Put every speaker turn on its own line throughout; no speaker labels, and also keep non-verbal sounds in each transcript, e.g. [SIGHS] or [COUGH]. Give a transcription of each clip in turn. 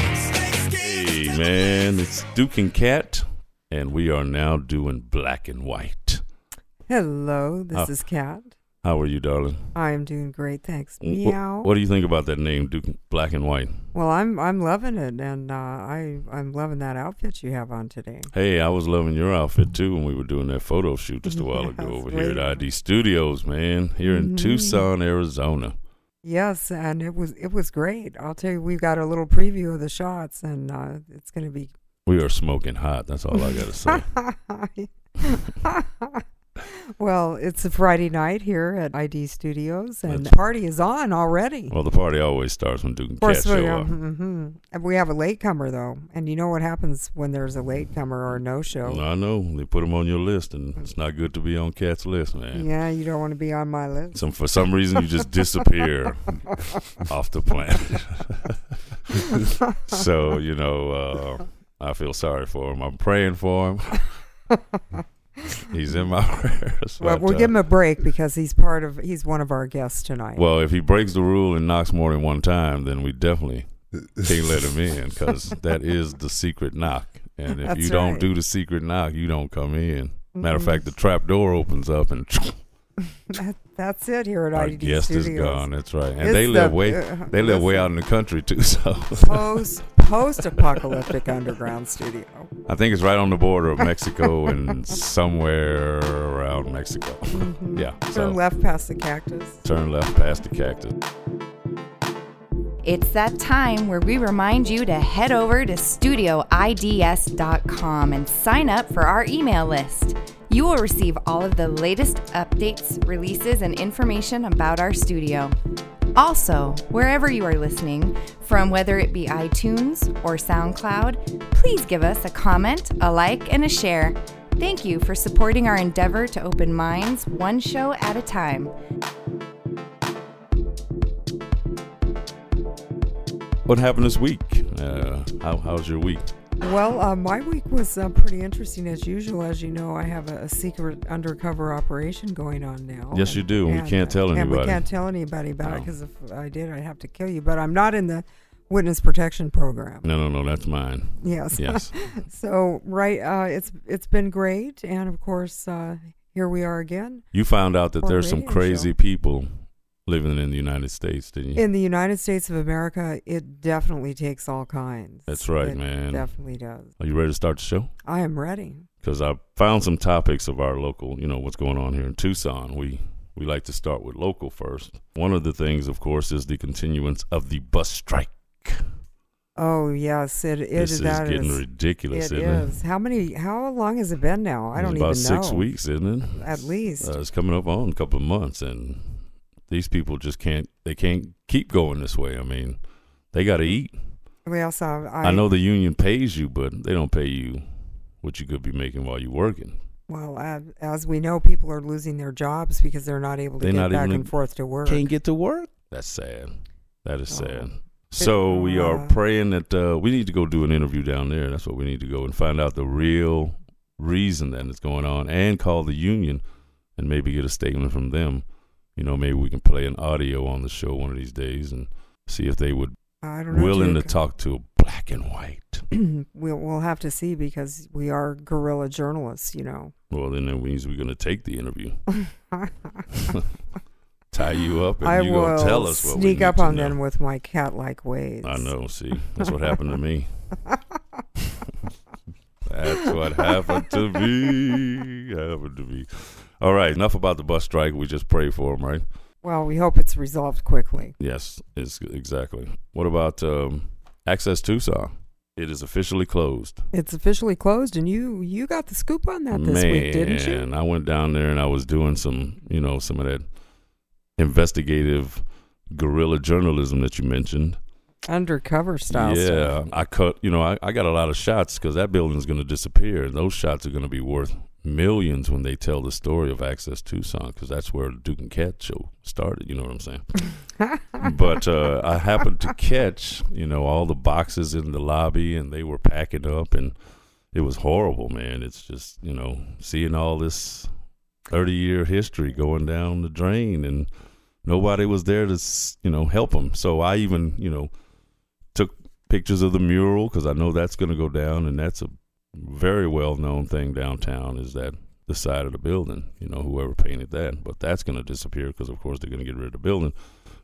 Hey man, it's Duke and Cat, and we are now doing black and white.
Hello, this
Oh.
is Kat.
How are you, darling?
I am doing great, thanks.
Wh-
Meow.
What do you think about that name, Duke and- Black and White?
Well, I'm I'm loving it, and uh, I I'm loving that outfit you have on today.
Hey, I was loving your outfit too when we were doing that photo shoot
[LAUGHS]
just a while ago
Yes,
over here at
way.
ID Studios, man, here in
Mhm.
Tucson, Arizona.
Yes, and it was it was great. I'll tell you, we've got a little preview of the shots, and uh, it's going to be. [LAUGHS]
We are smoking hot. That's all I got to say.
well, it's a Friday night here at ID Studios, and
That's-
the party is on already.
well, the party always starts when Duke and
Of course,
Cat
we,
show up.
hmm we have a latecomer though, and you know what happens when there's a latecomer or a no show.
I know. They put them on your list, and it's not good to be on Cat's list, man.
Yeah, you don't want to be on my list.
Some, for some reason, you just
[LAUGHS]
disappear off the planet. [LAUGHS] so, you know, uh, I feel sorry for him. I'm praying for him. He's in my [LAUGHS] prayers.
Well,
but,
we'll
uh,
give him a break because he's part of he's one of our guests tonight.
Well, if he breaks the rule and knocks more than one time, then we definitely can't let him in because that is the secret knock. And if
That's
you don't
right. Mm-hmm.
do the secret knock, you don't come in. Matter of fact, the trap door opens up and [LAUGHS]
that, that's it here at
our
IDD
guest
Studios.
is gone. That's right. And
It's
they live
the-
way
uh,
they live way
listen.
out in the country too. [LAUGHS] So
Post
[LAUGHS]
post apocalyptic underground studio.
I think it's right on the border of Mexico
[LAUGHS]
and somewhere around Mexico. yeah. So
Mm-hmm. Turn left past the cactus.
turn left past the cactus.
It's that time where we remind you to head over to studioids.com and sign up for our email list. You will receive all of the latest updates, releases, and information about our studio. Also, wherever you are listening, from whether it be iTunes or SoundCloud, please give us a comment, a like, and a share. Thank you for supporting our endeavor to open minds one show at a time.
What happened this week? Uh, how, how's your week?
Well, uh, my week was uh, pretty interesting as usual. As you know, I have a, a secret undercover operation going on now.
Yes, you do, and we can't tell
and we
anybody.
can't tell anybody about it
No.
because if I did, I'd have to kill you. But I'm not in the witness protection program.
No, no, no. That's mine.
Yes. [LAUGHS]
Yes.
So right, uh, it's it's been great, and of course, uh, here we are again
You found out that
Or
there's some
radio
crazy
show.
people living in the United States, didn't you?
in the United States of America. It definitely takes all kinds.
That's right,
It
man.
Definitely does.
Are you ready to start the show?
I am ready.
Because I found some topics of our local, you know, what's going on here in Tucson. We we like to start with local first. One of the things, of course, is the continuance of the bus strike.
Oh yes, it it
this is
that
getting
is-
ridiculous,
it
isn't it?
is. How many? How long has it been now? I don't
it's about
even know.
six weeks, isn't it?
At least.
Uh, it's coming up on a couple of months, and these people just can't. They can't keep going this way. I mean, they got to eat.
We also, I,
I know the union pays you, but they don't pay you what you could be making while you're working.
Well, as, as we know, people are losing their jobs because they're not able to
They're
get
not
back
even-
and forth to work.
Can't get to work. That's sad. That is
Oh.
sad. So we are
uh,
praying that uh, we need to go do an interview down there. That's what we need to go and find out the real reason that is going on, and call the union and maybe get a statement from them. You know, maybe we can play an audio on the show one of these days and see if they would
I don't know.
willing to
Duke.
talk to a black and white.
[CLEARS THROAT] we'll, we'll have to see because we are guerrilla journalists,
[LAUGHS]
you know.
Well, then that means we're going to take the
[LAUGHS]
interview. tie you up and
I
you
will
gonna tell us what we
sneak
need
up
to
on
know.
them with my cat-like ways.
I know. See, that's what happened to me. [LAUGHS] that's what happened to me. Happened to me. All right. Enough about the bus strike. We just pray for them, right?
Well, we hope it's resolved quickly.
Yes. It's exactly. What about um, Access Tucson? It is officially closed.
It's officially closed, and you you got the scoop on that this
Man,
week, didn't you?
I went down there and I was doing some, you know, some of that investigative guerrilla journalism that you mentioned.
Undercover style stuff.
yeah, I cut. You know, I, I got a lot of shots because that building's going to disappear. Those shots are going to be worth millions when they tell the story of Access Tucson because that's where the Duke and Cat show started. You know what I'm saying?
[LAUGHS]
but uh, I happened to catch, you know, all the boxes in the lobby, and they were packing up, and it was horrible, man. It's just, you know, seeing all this thirty-year history going down the drain, and nobody was there to, s- you know, help them. So I even, you know, took pictures of the mural because I know that's going to go down, and that's a very well-known thing downtown is that the side of the building, you know, whoever painted that, but that's going to disappear because, of course, they're going to get rid of the building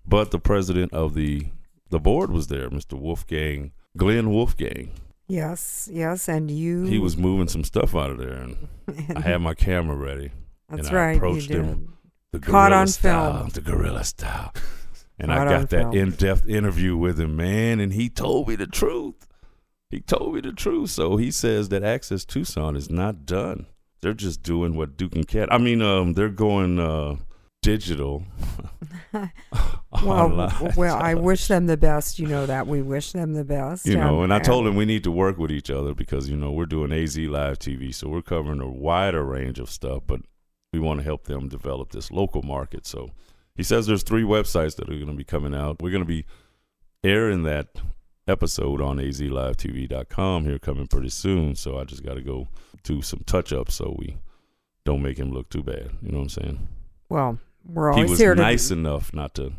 but the president of the the board was there, Mr. Wolfgang Glenn Wolfgang.
Yes, yes, and you.
He
[LAUGHS]
was moving some stuff out of there, and I had my camera ready.
That's
and I
right. you
approached him
did.
The
Caught
gorilla
on
style,
film.
the gorilla style,
[LAUGHS]
and
Caught
I
on
got that
film.
in-depth interview with him, man, and he told me the truth. He told me the truth. So he says that Access Tucson is not done. They're just doing what Duke and Cat. I mean, um, they're going uh,
[LAUGHS]
digital.
Well,
[LAUGHS] online.
well,
[LAUGHS]
I wish them the best. You know that we wish them the best.
You know, and I told him we need to work with each other because you know we're doing AZ live TV, so we're covering a wider range of stuff, but we want to help them develop this local market. So he says there's three websites that are going to be coming out. We're going to be airing that episode on azlivetv.com here coming pretty soon. So I just got to go do some touch ups so we don't make him look too bad. You know what I'm saying?
Well, we're
he
always
was
here to.
nice enough not to.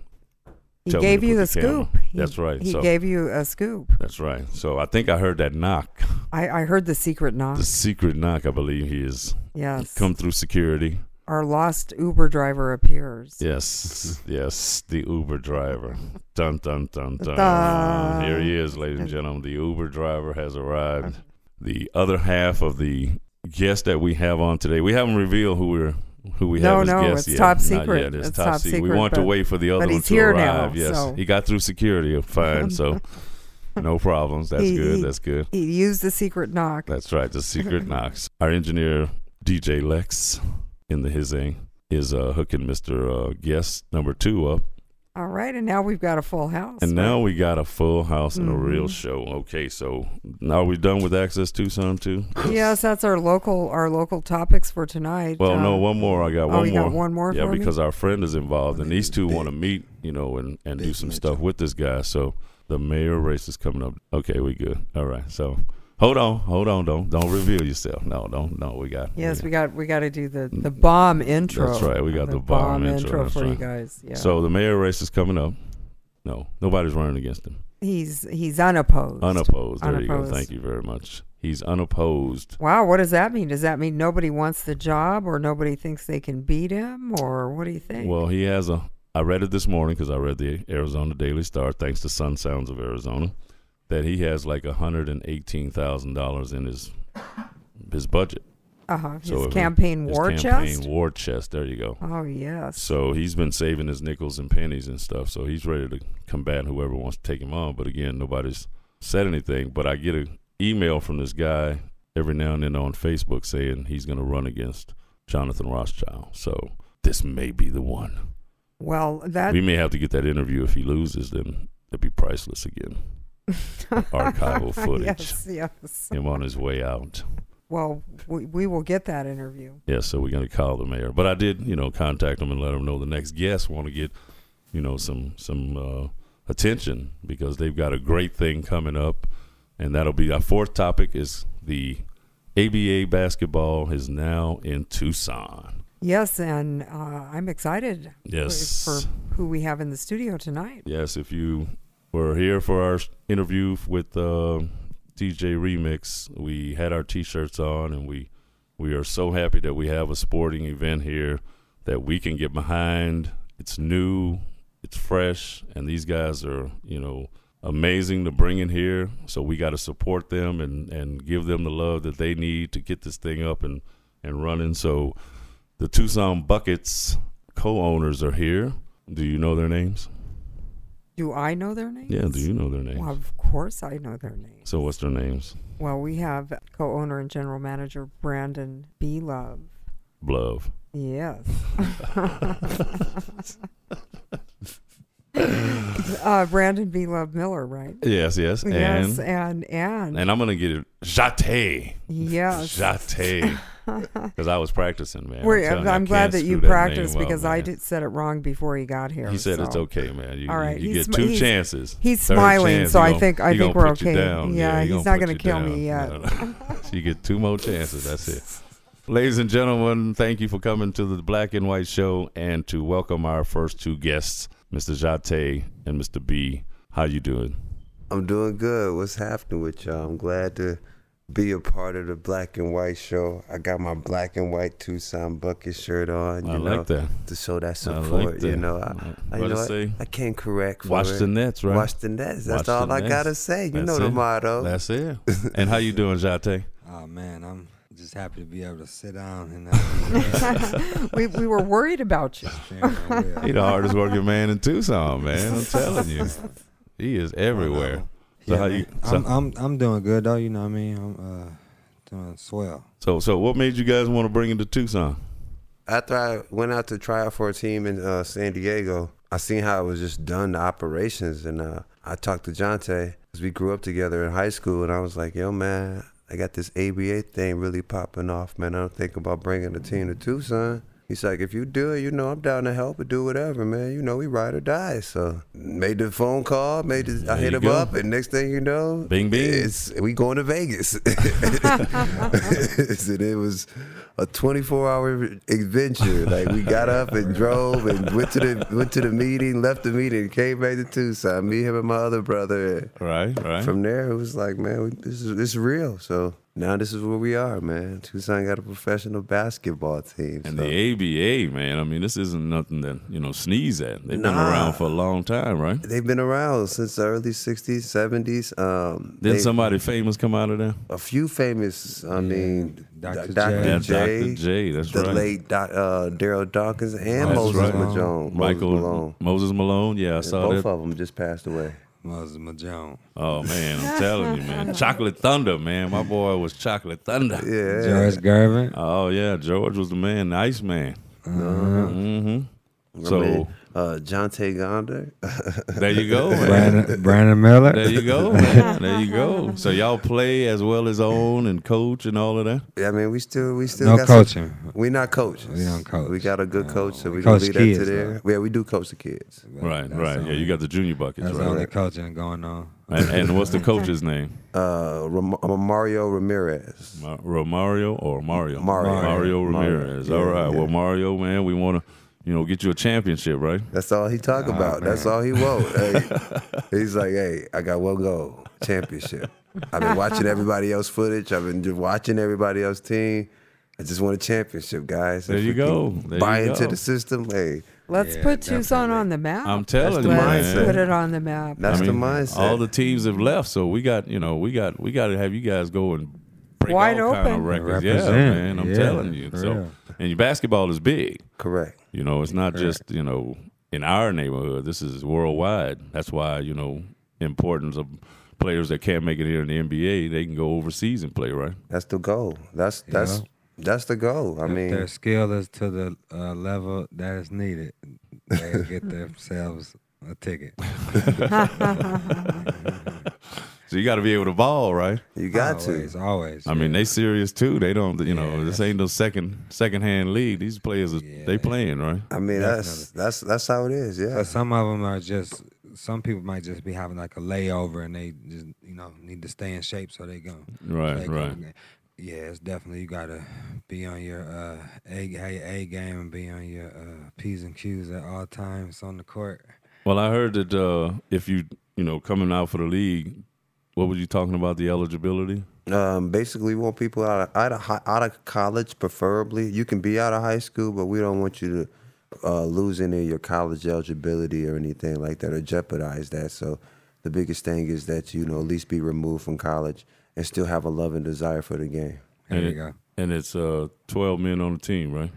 he
tell me
gave
to
you the
put the camera.
scoop. He-
That's right,
He
so-
gave you a scoop.
That's right. So I think I heard that knock, [LAUGHS]
I, I heard the secret knock.
the secret knock. I believe he is
yes.
come through security.
Our lost Uber driver appears.
Yes, [LAUGHS] yes, the Uber driver. Dun dun dun dun.
Dun.
Here he is, ladies and gentlemen. The Uber driver has arrived. The other half of the guest that we have on today, we haven't revealed who we're who we
No,
have as
no,
guests
it's
yet.
top
Not
secret.
yet. It's,
It's
top,
top
secret. We
secret,
want to
but-
wait for the other
but
one
he's
to
here now,
arrive. yes,
so-
he got through security. Fine,
[LAUGHS]
so no problems. That's
He-
good.
he-
That's good.
He used the secret knock.
That's right, the
[LAUGHS]
secret knocks. Our engineer DJ Lex in the hissing is uh, hooking Mister uh, Guest number two up,
All right, and now we've got a full house.
and now we got a full house and a real
Mhm.
show. Okay, so now we done with Access Tucson too.
[GASPS] yes, that's our local our local topics for tonight.
Well, no,
Um,
one more. I got
oh,
one
you
more.
got one more
yeah,
for me?
because our friend is involved, and these two
Big-
want to meet, you know, and and do
big
some
mention.
stuff with this guy. So the mayor race is coming up. Okay, we good. All right, so. Hold on, hold on, don't don't reveal yourself. No, don't, no, we got.
Yes,
we
we got we got to do the the bomb intro.
Mm. That's right, we got the bomb intro, that's
for you
right.
guys. Yeah.
So the mayor race is coming up. No, nobody's running against him.
he's he's unopposed.
Unopposed. There you
Unopposed.
go. Thank you very much. He's unopposed.
Wow, what does that mean? Does that mean nobody wants the job, or nobody thinks they can beat him, or what do you think?
Well, he has a. I read it this morning because I read the Arizona Daily Star, thanks to Sun Sounds of Arizona, that he has like hundred and eighteen thousand dollars in his his budget.
uh-huh. His
so if he-
campaign war
his campaign
chest.
war chest. There you go.
oh yes.
So he's been saving his nickels and pennies and stuff. So he's ready to combat whoever wants to take him on. But again, nobody's said anything. But I get an email from this guy every now and then on Facebook saying he's going to run against Jonathan Rothschild. So this may be the one.
Well, that
we may have to get that interview if he loses. Then it'd be priceless again. archival footage. [LAUGHS]
yes, yes.
Him on his way out.
Well, we, we will get that interview.
Yeah, so we're going to call the mayor. But I did, you know, contact him and let him know the next guests want to get, you know, some some uh, attention because they've got a great thing coming up, and that'll be our fourth topic is the ABA basketball is now in Tucson.
Yes, and uh, I'm excited
Yes,
for, for who we have in the studio tonight.
yes. If you were here for our interview with uh, DJ Remix, we had our T-shirts on, and we we are so happy that we have a sporting event here that we can get behind. It's new, it's fresh, and these guys are you know amazing to bring in here. So we got to support them and and give them the love that they need to get this thing up and and running. So the Tucson Buckets co-owners are here. Do you know their names?
Do I know their names?
Yeah, do you know their names?
Well, of course I know their names.
So what's their names?
Well, we have co-owner and general manager Brandon B. Love.
Bluff. [LAUGHS]
Yes. [LAUGHS] uh, Brandon B. Love Miller, right?
Yes, yes. And
yes, and and,
and I'm gonna get it jate.
yes. [LAUGHS]
Jate. Because I was practicing, man.
We're-
telling
I'm,
you, I
glad
can't
that you
screw name
practiced
up,
because I
man.
did, said it wrong before he got here.
He said it's
so.
okay, man. You,
All right,
you, you
he's
get
sm-
two
he's-
chances.
He's
Third
smiling,
chance,
so
he
I
gonna-
think I
he
think
gonna
we're
put you
okay.
down.
Yeah,
he
he's
put
not gonna
you
kill
down.
me yet.
No, [LAUGHS] no. you get two more chances. That's it. Ladies and gentlemen, thank you for coming to the Black and White Show and to welcome our first two guests, Mr. Jate and Mr. B. How you doing?
I'm doing good. What's happening with y'all? I'm glad to be a part of the black and white show. I got my black and white Tucson bucket shirt on. You
I
know,
like that.
to show that
I like
support. You
that.
know, I, I, you
What
know
it
what?
say?
I can't correct. For
Watch
it.
the Nets, right?
Watch the Nets. That's
Watch
all
the
I
Nets.
gotta say. You
That's
know the
it.
motto.
That's it. And how you doing, Jate?
Oh man, I'm just happy to be able to sit down and not
we we were worried about
[LAUGHS]
you.
be uh,
He the hardest working man in Tucson, man. I'm telling you, he is
[LAUGHS]
everywhere. So
Yeah,
how you?
man.
So,
I'm, I'm I'm doing good though. You know what I mean? I'm uh, doing swell.
so, so what made you guys want to bring him to Tucson?
After I went out to try out for a team in uh, San Diego, I seen how it was just done the operations, and uh, I talked to Jonte because we grew up together in high school, and I was like, "Yo, man, I got this ABA thing really popping off, man. I'm thinking about bringing the team to Tucson." He's like, "If you do it, you know I'm down to help and do whatever, man. You know we ride or die." So made the phone call, made the,
There
I hit
you
him
go.
up, and next thing you know,
Bing, bing.
it's we going
[LAUGHS]
to Vegas. and it was a 24 hour adventure. Like we got up and drove and went to the went to the meeting, left the meeting, came back to Tucson. Me, him, and my other brother.
Right, right.
From there, it was like, man, we, this is this is real. So now this is where we are, man. Tucson got a professional basketball team.
and
so.
the ABA, man. I mean, this isn't nothing that you know sneeze at. They've been
Nah.
around for a long time, right?
They've been around since the early '60s, '70s. Um,
Didn't
they-
somebody famous come out of there?
a few famous. I mean,
Dr.
Dr.
J.
Yeah,
Dr. J,
Dr. J. That's
the
right.
late doc, uh, Daryl Dawkins and
That's
Moses
right.
Malone.
Michael
Moses Malone.
Moses Malone. Yeah, I saw
Both
that.
of them just passed away.
Moses Jones.
Oh man, I'm telling you, man. Chocolate Thunder, man. My boy was Chocolate Thunder.
Yeah,
George Garvin.
Oh yeah, George was the man, the Ice Man. Mm-hmm.
My
So
man, uh, Jonte Gonder.
there you go, man. [LAUGHS]
Brandon, Brandon Miller.
Oh, There you go, man. There you go. So y'all play as well as own and coach and all of that.
[LAUGHS] I mean, we still we still
No
got
coaching.
Some, we not coaches.
We don't coach.
We got a good coach, so we,
we
gonna
coach
leave
kids,
that to there. Yeah, we do coach the kids.
Right,
That's
right.
all.
Yeah, you got the junior buckets,
[LAUGHS] That's
right?
all the coaching going on.
And,
[LAUGHS]
and what's the coach's name?
Uh, Ram- uh, Mario Ramirez.
Ma- Romario or Mario?
Mario.
Mario
Mario.
Ramirez. All
Yeah,
right.
yeah.
Well, Mario, man, we want to, you know, get you a championship, right?
That's all he talk about. That's all he
[LAUGHS]
want. Hey, he's like, hey, I got one goal, championship. I've been watching everybody else footage. I've been just watching everybody else team. I just want a championship, guys.
There
If
you
we can
go. There
buy
you
into
go.
the system. Hey,
Let's
Yeah,
put Tucson
definitely.
on the map.
I'm telling you,
the
Let's
man.
mindset.
put it on the map.
that's
I mean,
the mindset.
All the teams have left, so we got, you know, we got, we got to have you guys go and break
Wide
all kind of
open.
records. Yeah,
Represent.
man. I'm
Yeah,
telling you.
for
So,
real.
and your basketball is big.
correct.
You know, it's not just, you know, in our neighborhood. This is worldwide. That's why, you know, importance of players that can't make it here in the NBA, they can go overseas and play, right?
That's the goal. That's that's that's the goal. I
if their
mean,
skill is to the uh, level that is needed, they get themselves a ticket.
[LAUGHS] So you got to be able to ball, right?
you got
always,
to.
always.
I mean, they serious too. They don't, you know, this ain't no second second hand league. These players are they playing right?
I mean, that's that's that's how it is. Yeah.
But Uh, some of them are just. Some people might just be having like a layover, and they just you know need to stay in shape, so they go.
Right,
they
right.
Go. Yeah, it's definitely you gotta be on your uh, a, a a game and be on your uh, p's and q's at all times on the court.
Well, I heard that uh, if you you know coming out for the league, what were you talking about the eligibility?
Um, basically, we want people out of, out of hi- out of college, preferably. You can be out of high school, but we don't want you to uh, lose any of your college eligibility or anything like that, or jeopardize that. So, the biggest thing is that you know at least be removed from college and still have a love and desire for the game.
There
And
you
it-
go.
And it's uh, twelve men on the team, right?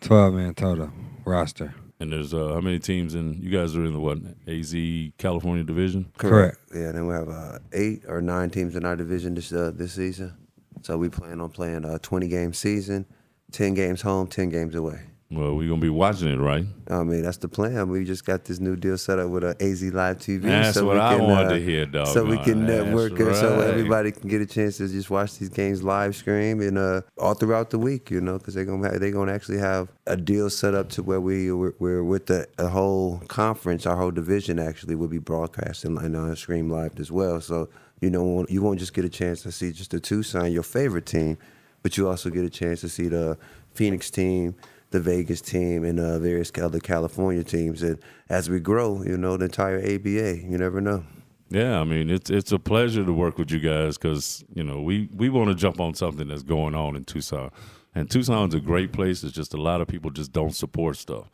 Twelve man total roster.
And there's uh, how many teams in? You guys are in the what? AZ California Division.
Correct.
Yeah. Then we have uh, eight or nine teams in our division this uh, this season. So we plan on playing a 20 game season, 10 games home, 10 games away.
Well, we're gonna be watching it, right?
I mean, that's the plan. We just got this new deal set up with uh, AZ Live TV.
That's what
we
I
can,
wanted
uh,
to hear, dog.
So we can network and so
right.
everybody can get a chance to just watch these games live stream and uh, all throughout the week, you know, because they're gonna have, they're gonna actually have a deal set up to where we we're, we're with the a whole conference, our whole division actually will be broadcasting and uh, stream live as well. So you know, you won't just get a chance to see just the Tucson, your favorite team, but you also get a chance to see the Phoenix team, the Vegas team, and uh, various other California teams. And as we grow, you know, the entire ABA, you never know.
Yeah, I mean it's it's a pleasure to work with you guys because you know we we want to jump on something that's going on in Tucson, and Tucson's a great place. It's just a lot of people just don't support stuff,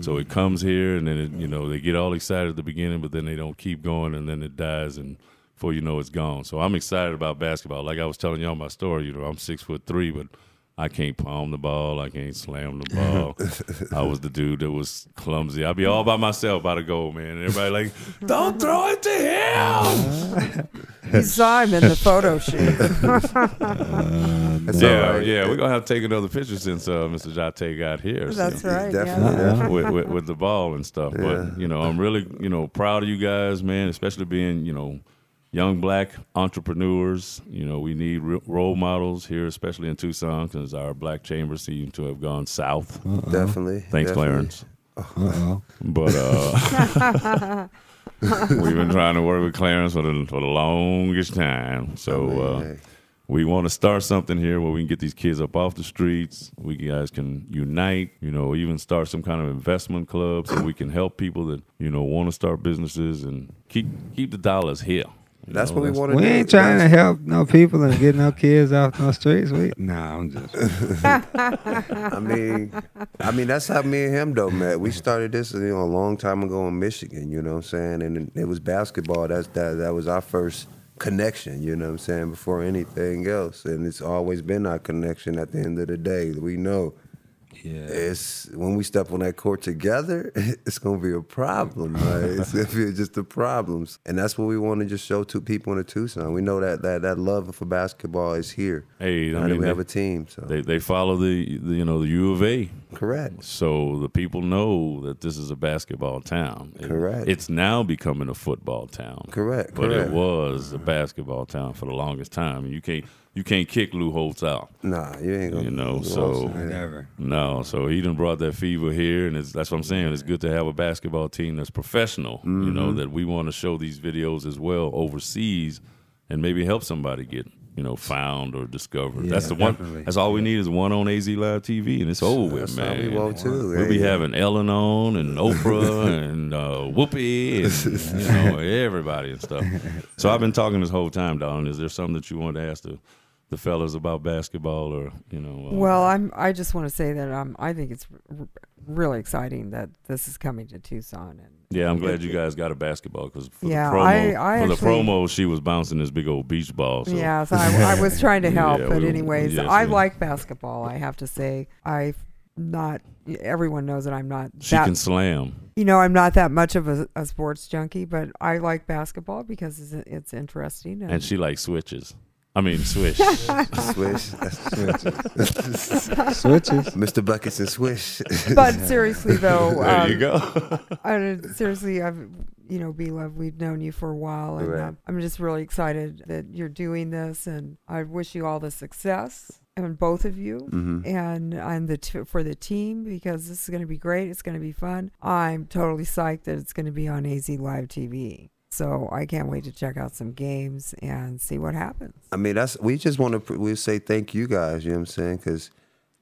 so it comes here and then it, you know they get all excited at the beginning, but then they don't keep going, and then it dies, and before you know it's gone. So I'm excited about basketball. Like I was telling y'all my story, you know I'm six foot three, but I can't palm the ball. I can't slam the ball.
[LAUGHS]
I was the dude that was clumsy. I'd be all by myself by the goal, man. And everybody like, don't throw it to
Uh-huh.
him.
You saw him in
[LAUGHS]
the photo shoot. [LAUGHS]
That's
yeah,
all right.
yeah. We're going to have to take another picture since uh, Mr. Jate got here. so-
That's right.
Definitely.
Yeah.
with, with, with the ball and stuff.
Yeah.
But, you know, I'm really, you know, proud of you guys, man, especially being, you know, young black entrepreneurs. You know, we need re- role models here, especially in Tucson, because our black chambers seem to have gone south.
Definitely.
Thanks,
definitely.
Clarence.
Uh-oh.
But uh,
[LAUGHS]
we've been trying to work with Clarence for the, for the longest time. So
Oh,
uh,
man.
we want to start something here where we can get these kids up off the streets. We guys can unite, you know, even start some kind of investment club so we can help people that, you know, want to start businesses and keep keep the dollars here. You
That's
know,
what we want to do.
We ain't trying to help no people and get no kids off no streets. We nah, I'm just
[LAUGHS]
I mean, I mean that's how me and him though met. We started this you know a long time ago in Michigan. You know what I'm saying? And it was basketball. That's that that was our first connection. You know what I'm saying? Before anything else, and it's always been our connection. At the end of the day, we know
yeah.
it's when we step on that court together, [LAUGHS] it's gonna be a problem. Right? It's gonna be just the problems, and that's what we want to just show to people in the Tucson. We know that that that love for basketball is here.
Hey, I
Now that
mean,
we have
they-
a team. So
They, they follow the, the, you know, the U of A.
correct.
So the people know that this is a basketball town. It-
Correct.
It's now becoming a football town.
Correct,
But
correct.
it was a basketball town for the longest time. You can't you can't kick Lou Holtz out.
Nah, you ain't gonna.
You
[LAUGHS]
know,
you
so
Whatever.
no, so he done brought that fever here, and it's, that's what I'm saying. It's good to have a basketball team that's professional. You know
Mm-hmm.
that we want to show these videos as well overseas, and maybe help somebody get you know found or discovered.
Yeah,
that's the one.
definitely.
That's all we need is one on AZ Live TV, and it's over with,
That's
man.
how we roll too.
We'll be
yeah.
having Ellen on and
[LAUGHS]
Oprah and uh, Whoopi and you know everybody and stuff. So I've been talking this whole time, Don. Is there something that you wanted to ask the the fellas about basketball or you know? Uh,
Well, I'm. I just want to say that um, I think it's r- really exciting that this is coming to Tucson, and
yeah, I'm glad you guys got a basketball because for
Yeah,
the promo,
I- I
for
actually-
the promo, she was bouncing this big old beach ball. So [LAUGHS]
Yeah, so I, I was trying to help,
Yeah,
but
we-
anyways,
yes,
I
we-
like basketball. I have to say, I've not. Everyone knows that I'm not
she
that.
can slam.
you know, I'm not that much of a, a sports junkie, but I like basketball because it's, it's interesting. And,
And she likes switches. I mean, swish. [LAUGHS]
Swish.
Switches.
Mr. Buckets and Swish.
[LAUGHS] but seriously,
[LAUGHS]
though,
there
um,
you go.
I don't- seriously, I've you know, B Love, we've known you for a while, and
Right.
um, I'm just really excited that you're doing this, and I wish you all the success, and both of you,
Mm-hmm.
and and the t- for the team because this is going to be great. It's going to be fun. I'm totally psyched that it's going to be on AZ Live TV. So I can't wait to check out some games and see what happens.
I mean, that's we just want to we say thank you guys. You know what I'm saying? Because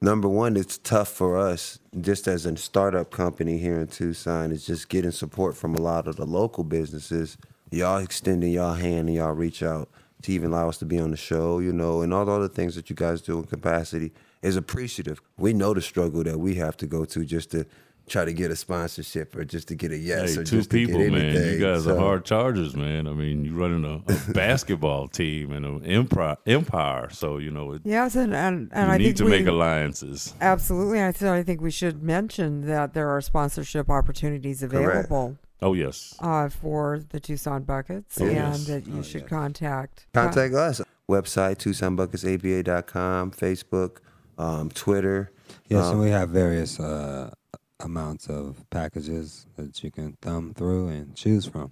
number one, it's tough for us just as a startup company here in Tucson is just getting support from a lot of the local businesses. Y'all extending y'all hand and y'all reach out to even allow us to be on the show, you know, and all the other things that you guys do in capacity is appreciative. We know the struggle that we have to go to just to try to get a sponsorship or just to get a yes
Hey,
or
two
just to
people,
get
man. You
anything.
guys
So-
are hard chargers, man. I mean, you're running a,
[LAUGHS]
a basketball team and an empire, empire. So you know, it,
Yes, and and, and
you
I
need
think
to
we,
make alliances.
Absolutely. I, th- I think we should mention that there are sponsorship opportunities
Correct.
available.
Oh yes,
uh, for the Tucson Buckets,
Oh,
and
yes.
that you should contact uh,
Contact us. Website, TucsonBucketsABA.com, Facebook, um, Twitter.
Yeah,
Um,
so we have various uh, amounts of packages that you can thumb through and choose from.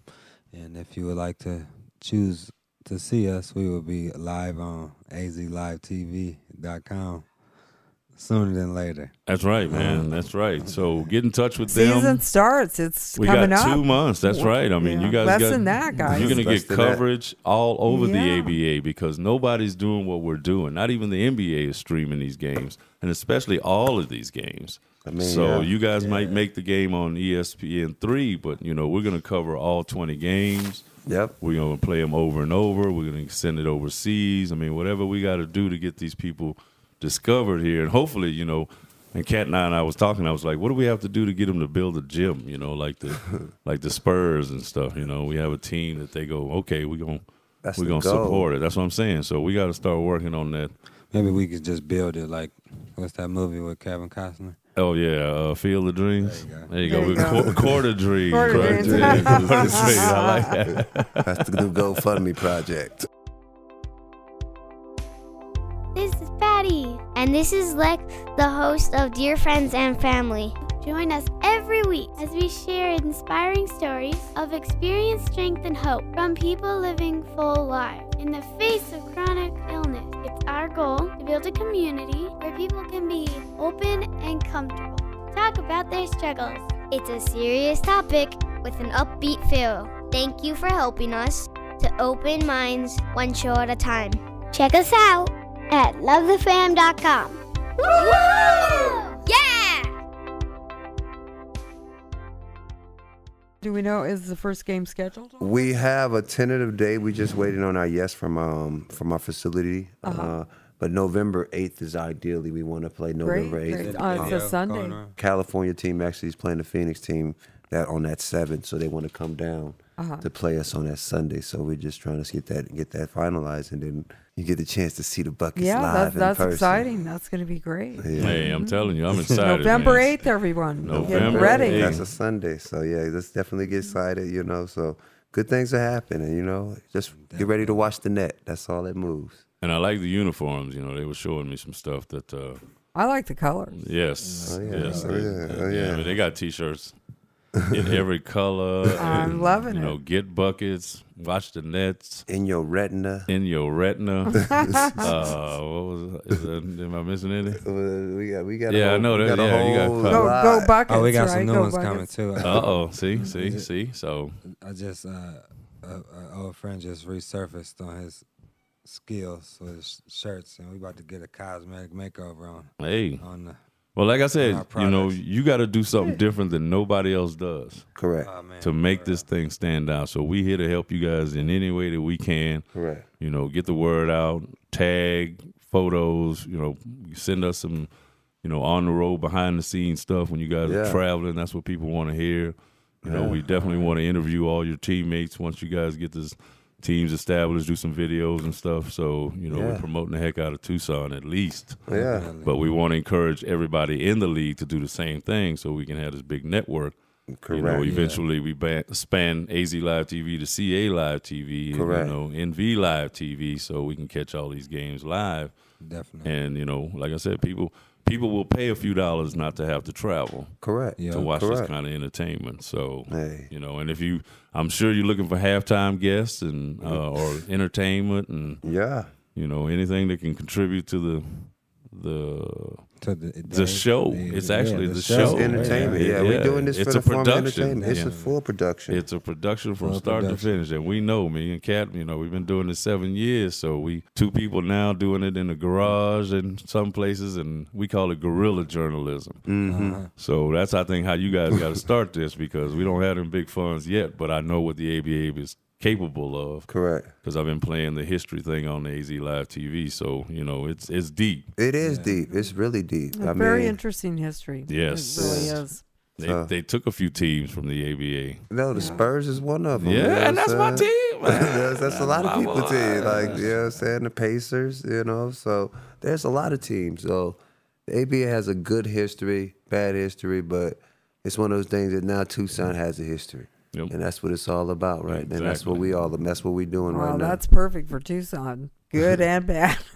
And if you would like to choose to see us, we will be live on azlivetv.com sooner than later.
That's right, man. That's right. So get in touch with them.
Season starts. It's
we
coming
got
up.
two months. That's right. I mean,
Yeah.
you guys
Less
got,
than that, guys.
You're gonna
Less
get
than that.
coverage all over
Yeah.
the ABA because nobody's doing what we're doing. Not even the NBA is streaming these games, and especially all of these games.
I mean,
so
yeah.
you guys might make the game on E ESPN three, but you know we're gonna cover all 20 games.
Yep.
We're gonna play them over and over. We're gonna send it overseas. I mean, whatever we got to do to get these people discovered here, and hopefully, you know. And Cat and I, and I was talking. I was like, "What do we have to do to get them to build a gym? You know, like
[LAUGHS]
the like the Spurs and stuff. You know, we have a team that they go, okay, we're gonna
That's
we're
the
gonna
goal.
support it. That's what I'm saying. So we got to start working on that.
Maybe we could just build it like what's that movie with Kevin Costner?
Oh yeah, uh, Field of Dreams. There you go.
There you
We're
go.
Qu- quarter dreams.
Quarter
right?
[LAUGHS] dreams.
Yeah, quarter dreams. I like that.
That's the new [LAUGHS] GoFundMe project.
This is Patty. And this is Lex, the host of Dear Friends and Family. Join us every week as we share inspiring stories of experience, strength, and hope from people living full lives. In the face of chronic illness, it's our goal to build a community where people can be open and comfortable, talk about their struggles. It's a serious topic with an upbeat feel. Thank you for helping us to open minds one show at a time. Check us out at lovethefam.com. Woo! Yeah!
Do we know is the first game scheduled?
We have a tentative date. We just waiting on our yes from um from our facility. uh
Uh-huh.
but November eighth is ideally we want to play
Great,
November
great.
eighth.
Uh, it's a Sunday.
California team actually is playing the Phoenix team that on that seventh, so they want to come down
Uh-huh.
to play us on that Sunday. So we're just trying to get that get that finalized, and then you get the chance to see the buckets
yeah,
live
that's,
in
that's
person.
exciting. That's going to be great.
Yeah.
Hey, I'm telling
[LAUGHS]
you, I'm excited.
November
man.
eighth, everyone.
November
Get ready.
8th.
That's a Sunday, so yeah, let's definitely get excited. You know, so good things are happening. You know, just get ready to watch the net. That's all that moves.
And I like the uniforms. You know, they were showing me some stuff that. uh
I like the colors.
Yes.
Oh, yeah.
Yes.
Oh,
they-
yeah. Oh,
yeah,
yeah.
I mean, they got
[LAUGHS]
T-shirts in every color. [LAUGHS]
I'm
and,
loving
You know,
[LAUGHS] it.
get buckets, watch the nets
in your retina.
in your retina.
[LAUGHS]
uh, what was? Is that, am I missing any?
Uh, We got, we got.
Yeah, I
a whole,
know
we
that-
got a
yeah, you got
whole
five.
Go,
lot.
go buckets.
Oh, we got
right?
some new
Go
ones
buckets.
coming too.
Uh oh. See, see, see. So
I just uh, a, a old friend just resurfaced on his skills with his shirts, and we about to get a cosmetic makeover on
hey.
on the.
Well, like I
Our
said, you know,
products.
you got to do something different than nobody else does.
Correct.
Oh, man,
to make this thing stand out. So we here to help you guys in any way that we can.
Correct.
You know, get the word out, tag photos. You know, send us some. You know, on the road, behind the scenes stuff. When you guys are
Yeah.
traveling, that's what people want to hear. You know, we definitely want to interview all your teammates once you guys get this teams established, do some videos and stuff. So you know, we're
Yeah.
promoting the heck out of Tucson at least.
Yeah.
But we want to encourage everybody in the league to do the same thing, so we can have this big network. You
Correct.
know, eventually we ban- span AZ Live TV to CA Live TV, and,
Correct.
you know, NV Live TV, so we can catch all these games live.
Definitely.
And you know, like I said, people people will pay a few dollars not to have to travel
Correct.
Yeah.
to watch this
correct.
kind of entertainment. So
Hey.
you know, and if you, I'm sure you're looking for halftime guests and uh, or entertainment and
Yeah.
you know anything that can contribute to the the
To the,
the show. It's actually the show.
It's entertainment.
Oh, Yeah,
Yeah,
yeah.
we're doing this
It's
for
a
the form of
production.
entertainment. It's
Yeah.
a full production.
It's a production from
Full
start to
production.
finish, and we know me and Kat. You know, we've been doing this seven years, so we two people now doing it in the garage in some places, and we call it guerrilla journalism.
Uh-huh.
So that's I think how you guys got to start this because we don't have them big funds yet, but I know what the ABA is capable of
Correct.
because I've been playing the history thing on the AZ Live TV. So you know, it's it's deep.
It is deep. It's really deep.
A
I
very
mean,
interesting history.
Yes.
it really is.
They,
Uh.
they took a few teams from the ABA.
no, the Spurs is one of them. you know what
Yeah, and
I'm
that's my
saying? [LAUGHS]
team.
that's, that's a lot of people team. Like, you know what I'm saying? The Pacers, you know. So there's a lot of teams. So the ABA has a good history, bad history, but it's one of those things that now Tucson has a history.
Yep.
And that's what it's all about, right? And that's
Exactly.
what we all that's what we're doing
Wow,
right now.
that's perfect for Tucson.
[LAUGHS]
good and bad.
[LAUGHS]
[LAUGHS]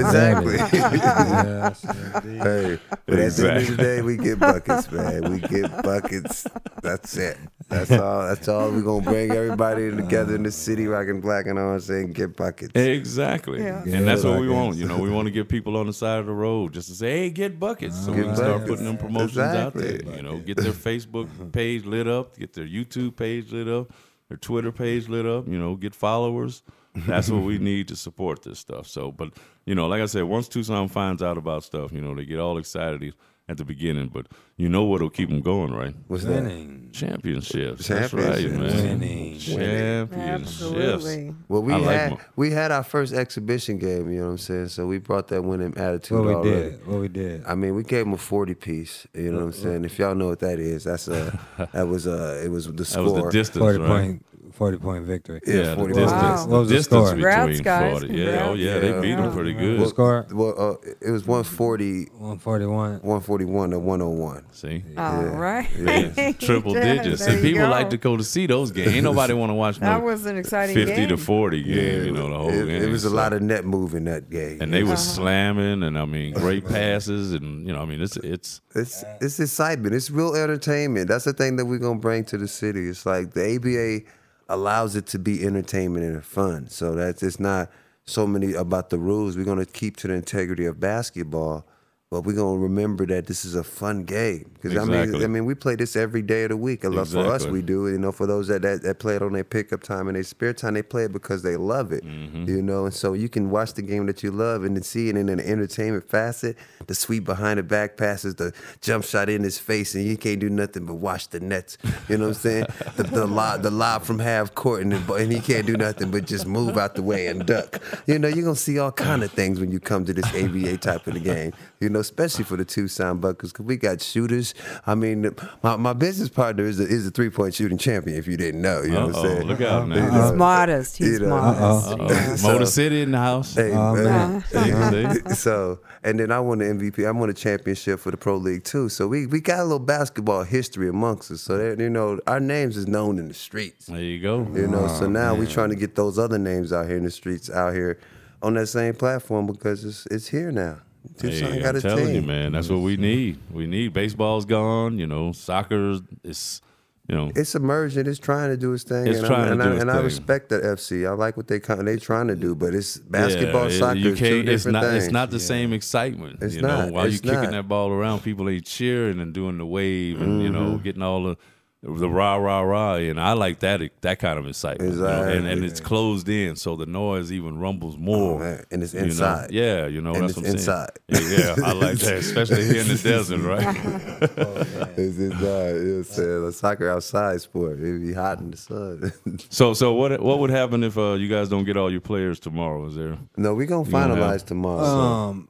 [LAUGHS]
Exactly.
[LAUGHS] yes, indeed.
Hey, [LAUGHS] but at the end of the day, we get buckets, man. We get buckets. That's it. That's all. That's all. We're gonna bring everybody together in the city, rocking black and orange, saying get buckets.
Exactly.
Yeah.
And that's what we
Buckets.
want. You know, we want to get people on the side of the road just to say, hey, get buckets. So we
Get
can start
buckets.
putting them promotions out there.
Exactly.
You know, get their
[LAUGHS]
Facebook page lit up, get their YouTube page lit up, their Twitter page lit up, you know, get followers. That's what
[LAUGHS]
we need to support this stuff. So, but, you know, like I said, once Tucson finds out about stuff, you know, they get all excited at the beginning, but you know what'll keep them going, right?
What's that?
Winning.
Championships. That's right,
Championships.
man.
Winning.
Championships.
Absolutely.
Well, we
I like
had
mo-
we had our first exhibition game. You know what I'm saying? So we brought that winning attitude.
What we
already.
did. What we did.
I mean, we gave him a forty piece. You know what I'm saying? If y'all know what that is, that's a that was a it was the
That
score.
was the distance,
40
right?
point 40 point victory.
Yeah,
Yeah, the
40
distance.
Wow.
The
What was the
distance
score?
between
Congrats, guys.
40. Yeah, oh yeah, they
Congrats.
beat them pretty good.
The score
Well, uh, it was 140,
141.
141 to 101.
See?
All right. [LAUGHS]
Yeah, Triple
Yeah,
digits.
there
See,
you
people
go.
like to go to see those games. Ain't nobody want to watch
That
no
was an exciting
50
game.
to 40 game, you know, the whole
it,
game.
it was a
So-
lot of net moving that game.
And they were
Uh-huh.
slamming, and I mean,
[LAUGHS]
great passes, and you know, I mean, it's it's
It's it's excitement. It's real entertainment. That's the thing that we're gonna bring to the city. It's like the ABA allows it to be entertainment and fun. So that's it's not so many about the rules. We're gonna keep to the integrity of basketball, but we're gonna remember that this is a fun game. Because I mean,
Exactly.
I mean, we play this every day of the week. And for us,
Exactly.
we do. You know, for those that, that that play it on their pickup time and their spare time, they play it because they love it. You know, and so you can watch the game that you love and then see it in an entertainment facet. The sweep behind the back passes, the jump shot in his face, and you can't do nothing but watch the nets. You know what I'm saying? the, the lob, the lob from half court, and, the, and he can't do nothing but just move out the way and duck. You know, you're gonna see all kind of things when you come to this ABA type of the game. You know, especially for the Tucson Buckers, because we got shooters. I mean, my, my business partner is a, is a three point shooting champion. If you didn't know, you know what I'm
Uh-oh,
saying?
look out now.
You know,
He's modest. He's
You know.
modest.
uh,
Yeah.
Motor City in the house.
Hey, man.
man.
Hey, [LAUGHS] so, and then I won the MVP. I won a championship for the Pro League too. So we, we got a little basketball history amongst us. So that you know, our names is known in the streets.
There you go. Uh,
You know, so now we trying to get those other names out here in the streets, out here on that same platform because it's it's here now. Tucson
Hey,
got
I'm
a
telling
team.
you, man, that's what we
Mm-hmm.
need. We need baseball's gone. You know, soccer is, you know,
It's emerging. It's trying to do its thing,
It's
and,
trying
I,
to
and,
do
I,
its
and I
thing.
respect the FC. I like what they kind they trying to do, but it's basketball,
Yeah, it-
soccer,
you
is two
can't-
different
it's not,
things.
It's not the same excitement.
It's
you know,
not,
while
it's
you're kicking
not.
that ball around, people ain't cheering and doing the wave and you
Mm-hmm.
know getting all the the rah rah rah. And I like that that kind of excitement. you know, and, and
Exactly.
it's closed in, so the noise even rumbles
Oh,
more.
man, and it's
you know?
inside.
Yeah, you know
And
that's
it's
what I'm
inside.
saying. Yeah, yeah, I like that, especially here in the desert, right?
[LAUGHS] It's inside. It's uh, a soccer outside sport. It'd be hot in the sun. [LAUGHS]
So, so what what would happen if uh, you guys don't get all your players tomorrow? Is there?
no, we're gonna
You gonna
finalize
have- Oh.
tomorrow. so-
Um,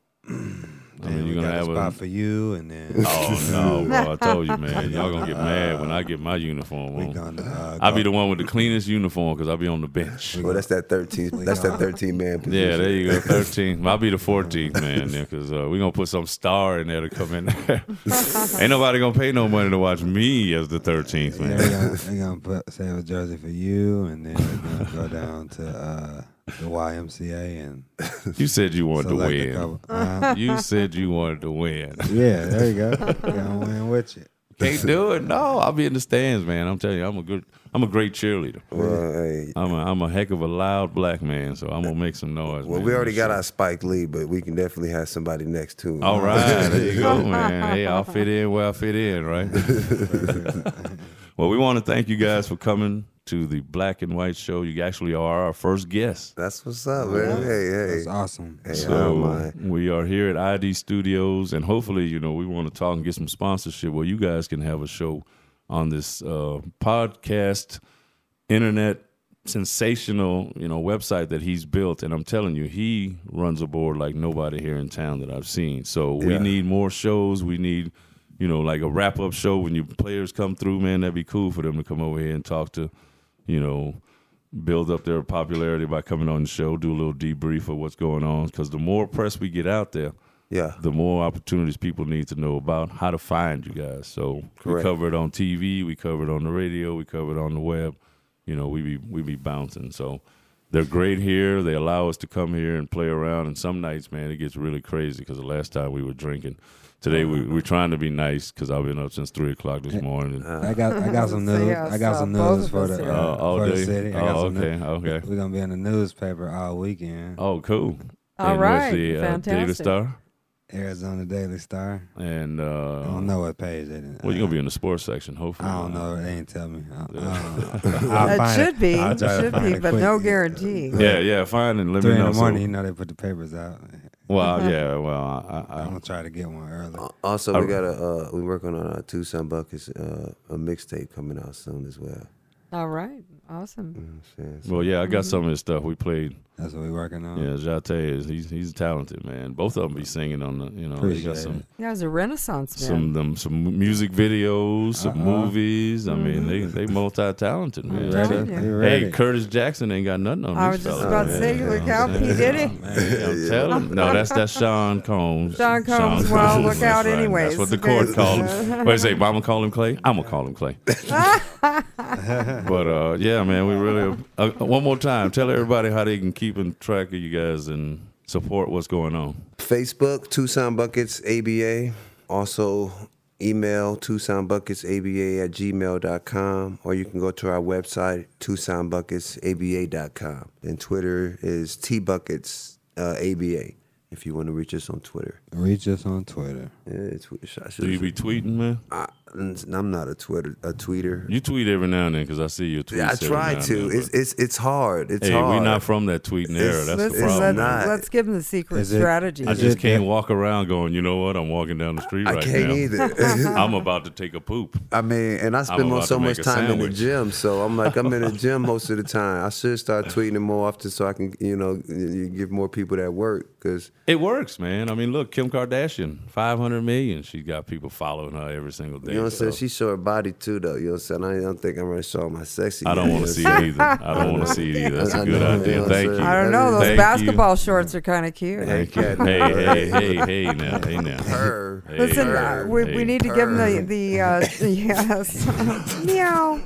I mean,
we
you're gonna
got
have
a
a
spot for you, and then
[LAUGHS]
Oh no, bro! I told you, man. Y'all gonna get mad when I get my uniform
we
on.
gonna. Uh,
I'll be the
go-
one with the cleanest uniform because I'll be on the bench.
well, that's that thirteen. That's that thirteen man position.
Yeah, there you
[LAUGHS]
go. 13th. I'll be the 14th, man, because uh, we're going to put some star in there to come in
[LAUGHS]
there. Ain't nobody going to pay no money to watch me as the 13th,
yeah,
man. [LAUGHS]
we gonna, we gonna put save a jersey for you, and then
[LAUGHS]
we're gonna go down to uh, the YMCA and
You said you wanted to
select a
win.
couple. Uh,
You said you wanted to
[LAUGHS]
win.
yeah, there you go. We're gonna
[LAUGHS]
win with you.
Can't do it. No, I'll be in the stands, man. I'm telling you, I'm a good, I'm a great cheerleader.
Well, hey,
I'm a, I'm a heck of a loud black man, so I'm gonna make some noise.
well,
man.
we already got our Spike Lee, but we can definitely have somebody next to him.
All right, there you go, man. Hey, I'll fit in where I fit in, right? [LAUGHS] well, we want to thank you guys for coming to the Black and White Show. You actually are our first guest.
That's what's up, man. Hey,
That's
hey.
awesome.
Hey, I don't
So
mind.
we are here at ID Studios, and hopefully, you know, we want to talk and get some sponsorship where you guys can have a show on this uh, podcast, internet sensational, you know, website that he's built. And I'm telling you, he runs a board like nobody here in town that I've seen. So we
Yeah.
need more shows. We need, you know, like a wrap up show when your players come through. Man, that'd be cool for them to come over here and talk to, you know, build up their popularity by coming on the show, do a little debrief of what's going on. Because the more press we get out there,
Yeah.
the more opportunities people need to know about how to find you guys. So we
Correct.
cover it on TV, we cover it on the radio, we cover it on the web. You know, we be we be bouncing. So They're great here. They allow us to come here and play around. And some nights, man, it gets really crazy because the last time we were drinking. Today we, we're trying to be nice because I've been up since three o'clock
Eh,
this morning.
I got I got
[LAUGHS]
some
So,
news.
yeah,
I got
so
some
both
news
of
for
us
the
here.
uh,
uh, Oh, all
for
day?
the city. I
Oh,
got some
okay,
news.
okay.
We're gonna be in the newspaper all weekend.
Oh, cool.
All
and
right,
Where's the uh, Daily
fantastic.
Star?
Arizona Daily Star.
And uh,
I don't know what page it is.
Well, you're gonna be in the sports section, hopefully.
Oh, I
[LAUGHS]
don't know. They ain't tell me. I, I
It should be, it should be, but no guarantee.
Yeah, yeah. Fine, and let
Three
me
in
know.
the
so-
morning, you know they put the papers out.
Uh-huh.
Well, yeah. Well, I, I,
I'm gonna try to get one early.
Oh.
Al- Also, we
I-
got a uh, we working on our two Sun Buckets uh, a mixtape coming out soon as well.
All right. Awesome.
You know what I'm saying?
Oh,
So,
well, yeah. I got
mm-hmm.
some of his stuff. We played.
That's what we working on.
Yeah, Jate is he's he's talented, man. Both of them be singing on the you know they
Appreciate
got some
it.
Yeah, he's a renaissance man.
some them some music videos, some
Uh-huh.
movies. I mean, they they multi talented, man.
You
telling
ready?
you.
You ready?
Hey, Curtis Jackson ain't got nothing on
I was
these
just
fellas,
about to
man.
say, look how P did it.
[LAUGHS]
I'm telling. No, that's that's Sean Combs.
Sean Combs, well, look
that's
out
That's
anyways.
what the court
Okay.
called him. Wait, say, Mama call him Clay. I'm gonna call him
[LAUGHS]
Clay. [LAUGHS] but uh, yeah, man, we really. Uh, one more time, tell everybody how they can keep in track of you guys and support what's going on.
Facebook Two Sun Buckets ABA. Also email tucsonbucketsaba at gmail.com or you can go to our website tucsonbucketsaba.com and twitter is tbuckets uh, aba if you want to reach us on twitter
Reach us on Twitter.
yeah, it's, I should,
Do you be tweeting, man?
I, i'm not a twitter a tweeter
You tweet every now and then because I see your tweets.
Yeah, I
every
try
now and
to.
then,
It's
but-
it's it's hard. It's
hey,
hard.
we're not from that tweeting era.
It's-
That's
Let's,
the
it's
problem.
let's,
not-
let's give him the secret
Is it-
strategy.
I
is
just
it
can't
that-
walk around going, you know what? I'm walking down the street
I
right
can't
now.
either. [LAUGHS]
I'm about to take a poop.
I mean, and I spend
about
most- so
to make
much
a
time in the
sandwich.
gym, so I'm like, I'm in
[LAUGHS]
the gym most of the time. I should start tweeting more often so I can, you know, y- y- give more people that work. Because
It works, man. I mean, look, Kim Kardashian, 500 million. She's got people following her every single day.
you know what I'm
so
saying. She's short body too, though. You know what I'm saying. I don't think I'm really showing my sexy.
I don't
yet,
want to
you
see
know
it
what I'm
either. I don't want to see it either. That's
[LAUGHS] I
a good
know, you
idea.
know,
Thank
so-
you.
I don't know. Those
Thank you.
basketball shorts are kind of cute.
Thank you.
saying? Cat-
Hey, hey, hey,
[LAUGHS]
hey, now, hey, now.
Her.
Hey.
Listen,
Purr.
uh, we, we
Hey.
need to give him the, the [LAUGHS] uh, yes. [LAUGHS] Meow.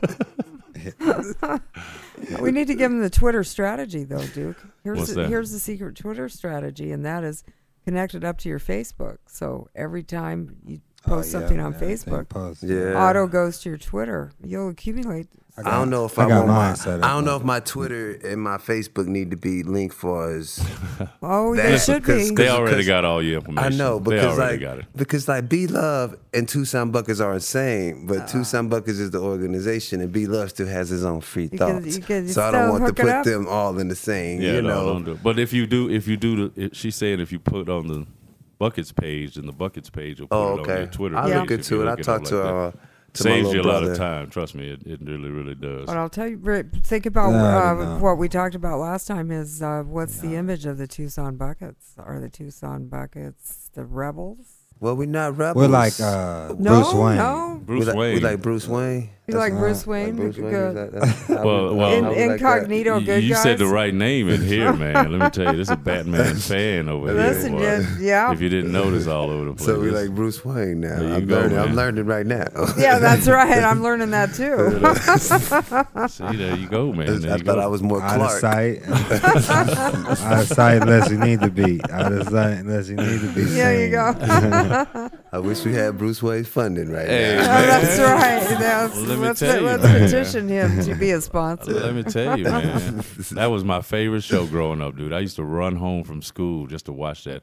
we need to give him the Twitter strategy, though, Duke. Here's
What's
the,
that?
Here's the secret Twitter strategy, and that is connect it up to your Facebook. So every time you post
Oh, yeah,
something on
everything
Facebook,
Post.
Yeah.
auto goes to your Twitter. You'll accumulate.
I don't know if
I
I,
got
want my.
mine set up
I don't know
like
if my Twitter and my Facebook need to be linked for us.
Oh, they
That's
should
because-
be.
They already
Because-
got all your information.
I know
they
because
already
like
got it.
because like B Love and Tucson Buckets are insane, but Tucson Buckets is the organization, and B Love still has his own free
You can-
thoughts.
you can
so I don't
still
want to
hook it
put
up.
them all in the same.
Yeah,
you
no,
know,
don't do it. But if you do, if you do, the, it, she's saying if you put on the buckets page, then the buckets page will put
oh
it on
okay.
your Twitter.
I
page
look
if you
into it. I
look up
talk to
like that.
uh, to my
Saves
little
you a lot
brother.
of time. Trust me, it, it really, really does.
But I'll tell you, Brit, think about
No, I don't
uh,
know.
what we talked about last time is uh, what's the image of the Tucson Buckets? Are the Tucson Buckets the rebels?
Well, we're not rebels.
We're like uh,
No,
Bruce Wayne.
no.
Bruce
we like,
Wayne.
We like Bruce Wayne.
You like
not-
Bruce
Like
Wayne?
Bruce Wayne.
Good.
Is that- that's- I
Well,
would-
well-
I
In,
would like that.
incognito,
you
good
you
guys.
said the right name in here,
[LAUGHS]
man. Let me tell you, this is a Batman fan over here.
Listen,
boy. [LAUGHS]
yeah, yeah.
If you didn't notice, all over the place.
So we like Bruce Wayne now.
There you
I'm
go,
learning.
man.
I'm learning right now. [LAUGHS]
Yeah, that's right. I'm learning that too. Oh,
see, there you go, man. There
I
you
thought
go.
I was more
Out of
Clark.
sight. [LAUGHS] out of sight unless you need to be. Out of sight unless you need to be.
There you
seen. [LAUGHS]
go.
I wish we had Bruce Wayne's funding right
Hey,
now.
[LAUGHS] man.
That's right. That's,
Let me
let's
tell you, [LAUGHS]
let's
man.
petition him
[LAUGHS]
to be a sponsor.
Let me tell you, man,
[LAUGHS]
that was my favorite show growing up, dude. I used to run home from school just to watch that.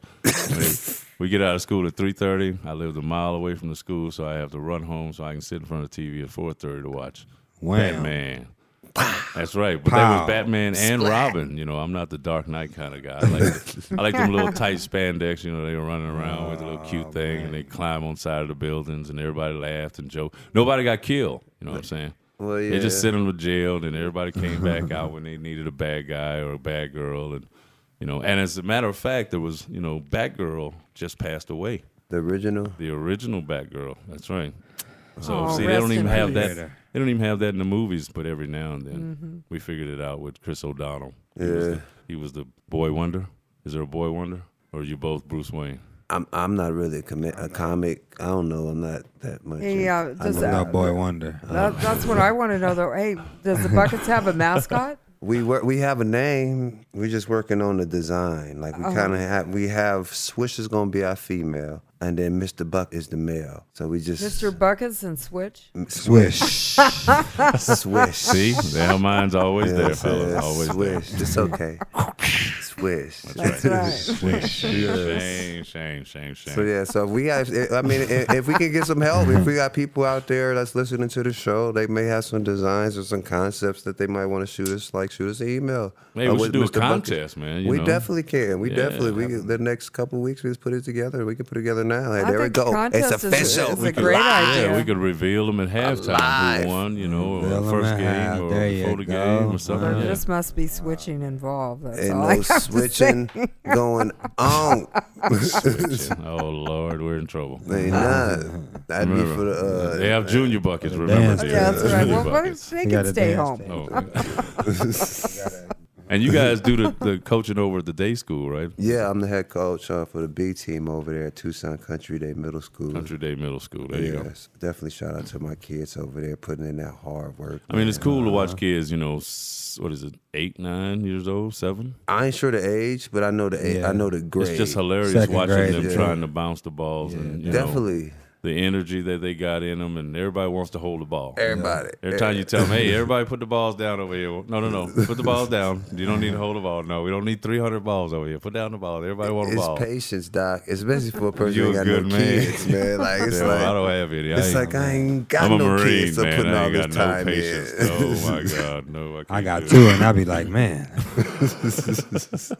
When it- we get out of school at three thirty. I lived a mile away from the school, so I have to run home so I can sit in front of the TV at four thirty to watch
Wham.
Batman. That's right, but that
Pow.
was Batman and Robin. You know, I'm not the Dark Knight kind of guy. I like, the- I like them
[LAUGHS]
little tight spandex. You know, they were running around with a little
Oh,
cute thing, and they climb on side of the buildings, and everybody laughed and joked. Nobody got killed. You know what I'm saying?
Well,
They just
yeah.
sent them to jail, and everybody came back out when they needed a bad guy or a bad girl, and you know. And as a matter of fact, there was you know, Batgirl just passed away,
The original.
the original Batgirl. That's right. So
Oh,
see, they don't
rest
even
in
have that.
peace.
They don't even have that in the movies, but every now and then
Mm-hmm.
we figured it out with Chris O'Donnell. He was
Yeah.
the, he was the boy wonder. Is there a boy wonder, or are you both Bruce Wayne?
I'm I'm not really a, comi- a comic. I don't know. I'm not that much. in-
Yeah,
I
uh, does
know
that- [LAUGHS]
No boy wonder.
That, that's what I want to know, though. Hey, does the Buckets have a mascot?
We work. We have a name. We're just working on the design. Like
Oh.
we kind of have. We have Swish is gonna be our female, and then Mr. Buck is the male. So we just
Mr. Buckets and Switch. [LAUGHS]
Swish. Swish.
See, their mind's always there, fellas.
Yeah,
Always there.
Swish.
[LAUGHS]
It's okay. Swish.
That's right.
Swish.
Yes.
Shame, shame, shame, shame.
So yeah, so if we got, I mean, if, if we can get some help, if we got people out there that's listening to the show, they may have some designs or some concepts that they might want to shoot us, like shoot us an email.
Maybe
Uh,
we
with
should do a
Mr. Bucket.
contest, man. you
we
know?
definitely can. We
Yeah.
definitely we can, the next couple of weeks we just put it together. We can put it together now. Hey,
I
there we
think
go. It's
contest is-
official.
is a
We can
great
live.
idea.
Yeah, we could reveal them at halftime
Alive.
who won, you know, or
Reveal 'em
first
at half.
game or
There you
before the
go.
game or something.
There
yeah.
just must be switching involved. That's
Ain't
all I
no
have
switching
to say. [LAUGHS]
going on.
Oh Lord, we're in trouble.
Ain't none. That'd be for the. Uh,
they have junior buckets. Remember, uh,
dance
they
Yeah,
have
that's
Yeah.
[LAUGHS]
right.
junior
Well, what
buckets.
if they
You
can
gotta
stay
dance,
home.
dance.
Oh, [LAUGHS] and you guys do the, the coaching over at the day school, right?
Yeah, I'm the head coach uh, for the B team over there at Tucson Country Day Middle School.
Country Day Middle School. There you go.
yes, definitely shout out to my kids over there putting in that hard work.
I mean, it's cool to watch kids. You know, s- what is it? Eight, nine years old, seven.
I ain't sure the age, but I know the age, I
Yeah.
know the grade.
It's just hilarious
Second
watching
grade,
them
yeah.
trying to bounce the balls and you know,
definitely
the energy that they got in them, and everybody wants to hold the ball.
everybody.
Every time you tell them,
[LAUGHS]
hey, everybody put the balls down over here. Well, No, no, no. Put the balls down. You don't need to hold the ball. No, we don't need 300 balls over here. Put down the ball. Everybody want a
it's
ball.
patience, doc. Especially for a person
You
who
a
ain't got
good
no
man.
kids,
[LAUGHS]
man. Like it's
Yeah, well, I
like
don't have any.
it's
I ain't,
like I ain't got
I'm a
no
Marine,
kids, so
man.
putting
I
all
ain't
this
got
time
no
[LAUGHS]
patience.
in.
Oh, my God. No, I, can't
I got
do
two, and I'd be like, man, [LAUGHS]
it.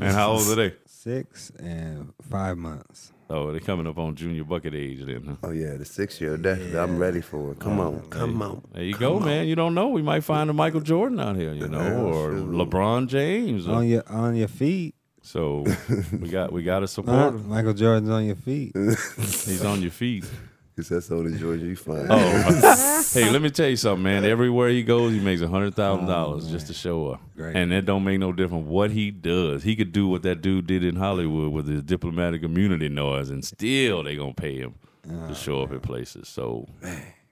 And how old are they?
six and five months.
Oh, they're coming up on junior bucket age then. huh?
Oh yeah, the six year old. Definitely, I'm ready for it.
Oh,
Come on, come on.
There you go, man. You don't know. We might find a Michael Jordan out here, you know, or LeBron James.
On your on your feet,
So we got we got to
huh?
support him.
Michael Jordan's on your feet.
He's on your feet.
[LAUGHS] Cause that's all the Georgia you find. [LAUGHS]
Oh, [LAUGHS] hey, let me tell you something, man. Everywhere he goes, he makes a hundred thousand dollars just to show up,
Great.
and that don't make no difference what he does. He could do what that dude did in Hollywood with his diplomatic immunity noise, and still they gonna pay him to show up at places. So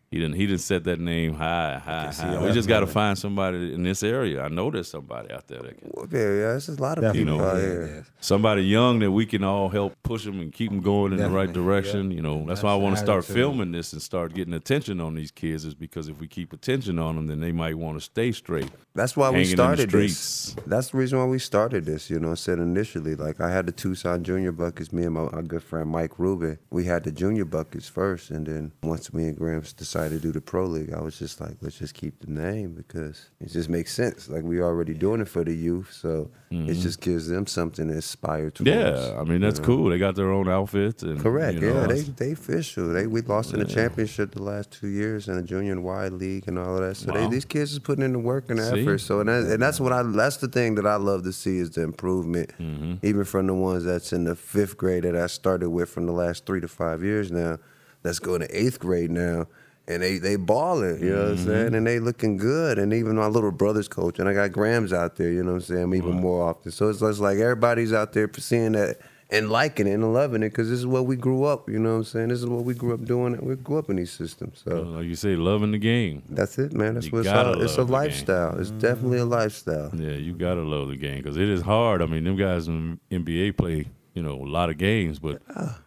he didn't he didn't set that name high, high, high. We just got to find somebody in this area. I know there's somebody out there that can.
Yeah, yeah, it's just a lot of
Definitely,
people out
yeah,
here.
yes.
Somebody young that we can all help push them and keep them going in the right
Definitely,
direction. You know, that's, why I
That's the
want to start
attitude.
filming this and start getting attention on these kids is because if we keep attention on them, then they might want to stay straight.
That's why we
Hanging in the
started this.
streets.
That's the reason why we started this. You know, I said initially, like I had the Tucson Junior Buckets. Me and my, my good friend Mike Rubin, we had the Junior Buckets first, and then once me and Grams decided to do the Pro League, I was just like, let's just keep the name because it just makes sense. Like we already doing it for the youth, so it just gives them something to aspire towards.
Mm-hmm. Yeah, I mean that's cool. They got their own outfits and
Correct.
you know,
yeah, they they official. They we lost in the championship the last two years in the junior and wide league and all of that. So
Wow.
they, these kids is putting in the work and the
See?
effort. So and, that, and that's what I that's the thing that I love to see is the improvement,
Mm-hmm.
even from the ones that's in the fifth grade that I started with from the last three to five years now. That's going to eighth grade now. And they they balling, you know what I'm
Mm-hmm.
saying, and they looking good. And even my little brother's coach, and I got Grams out there, you know what I'm saying, even more often. So it's just like everybody's out there seeing that and liking it and loving it because this is what we grew up. You know what I'm saying? This is what we grew up doing. We grew up in these systems. So
uh, like you say, loving the game.
that's it, man. That's
You
what it's
gotta
all.
love the
It's a
game. Mm-hmm.
lifestyle. It's definitely a lifestyle.
Yeah, you gotta love the game because it is hard. I mean, them guys in the NBA play you know a lot of games, but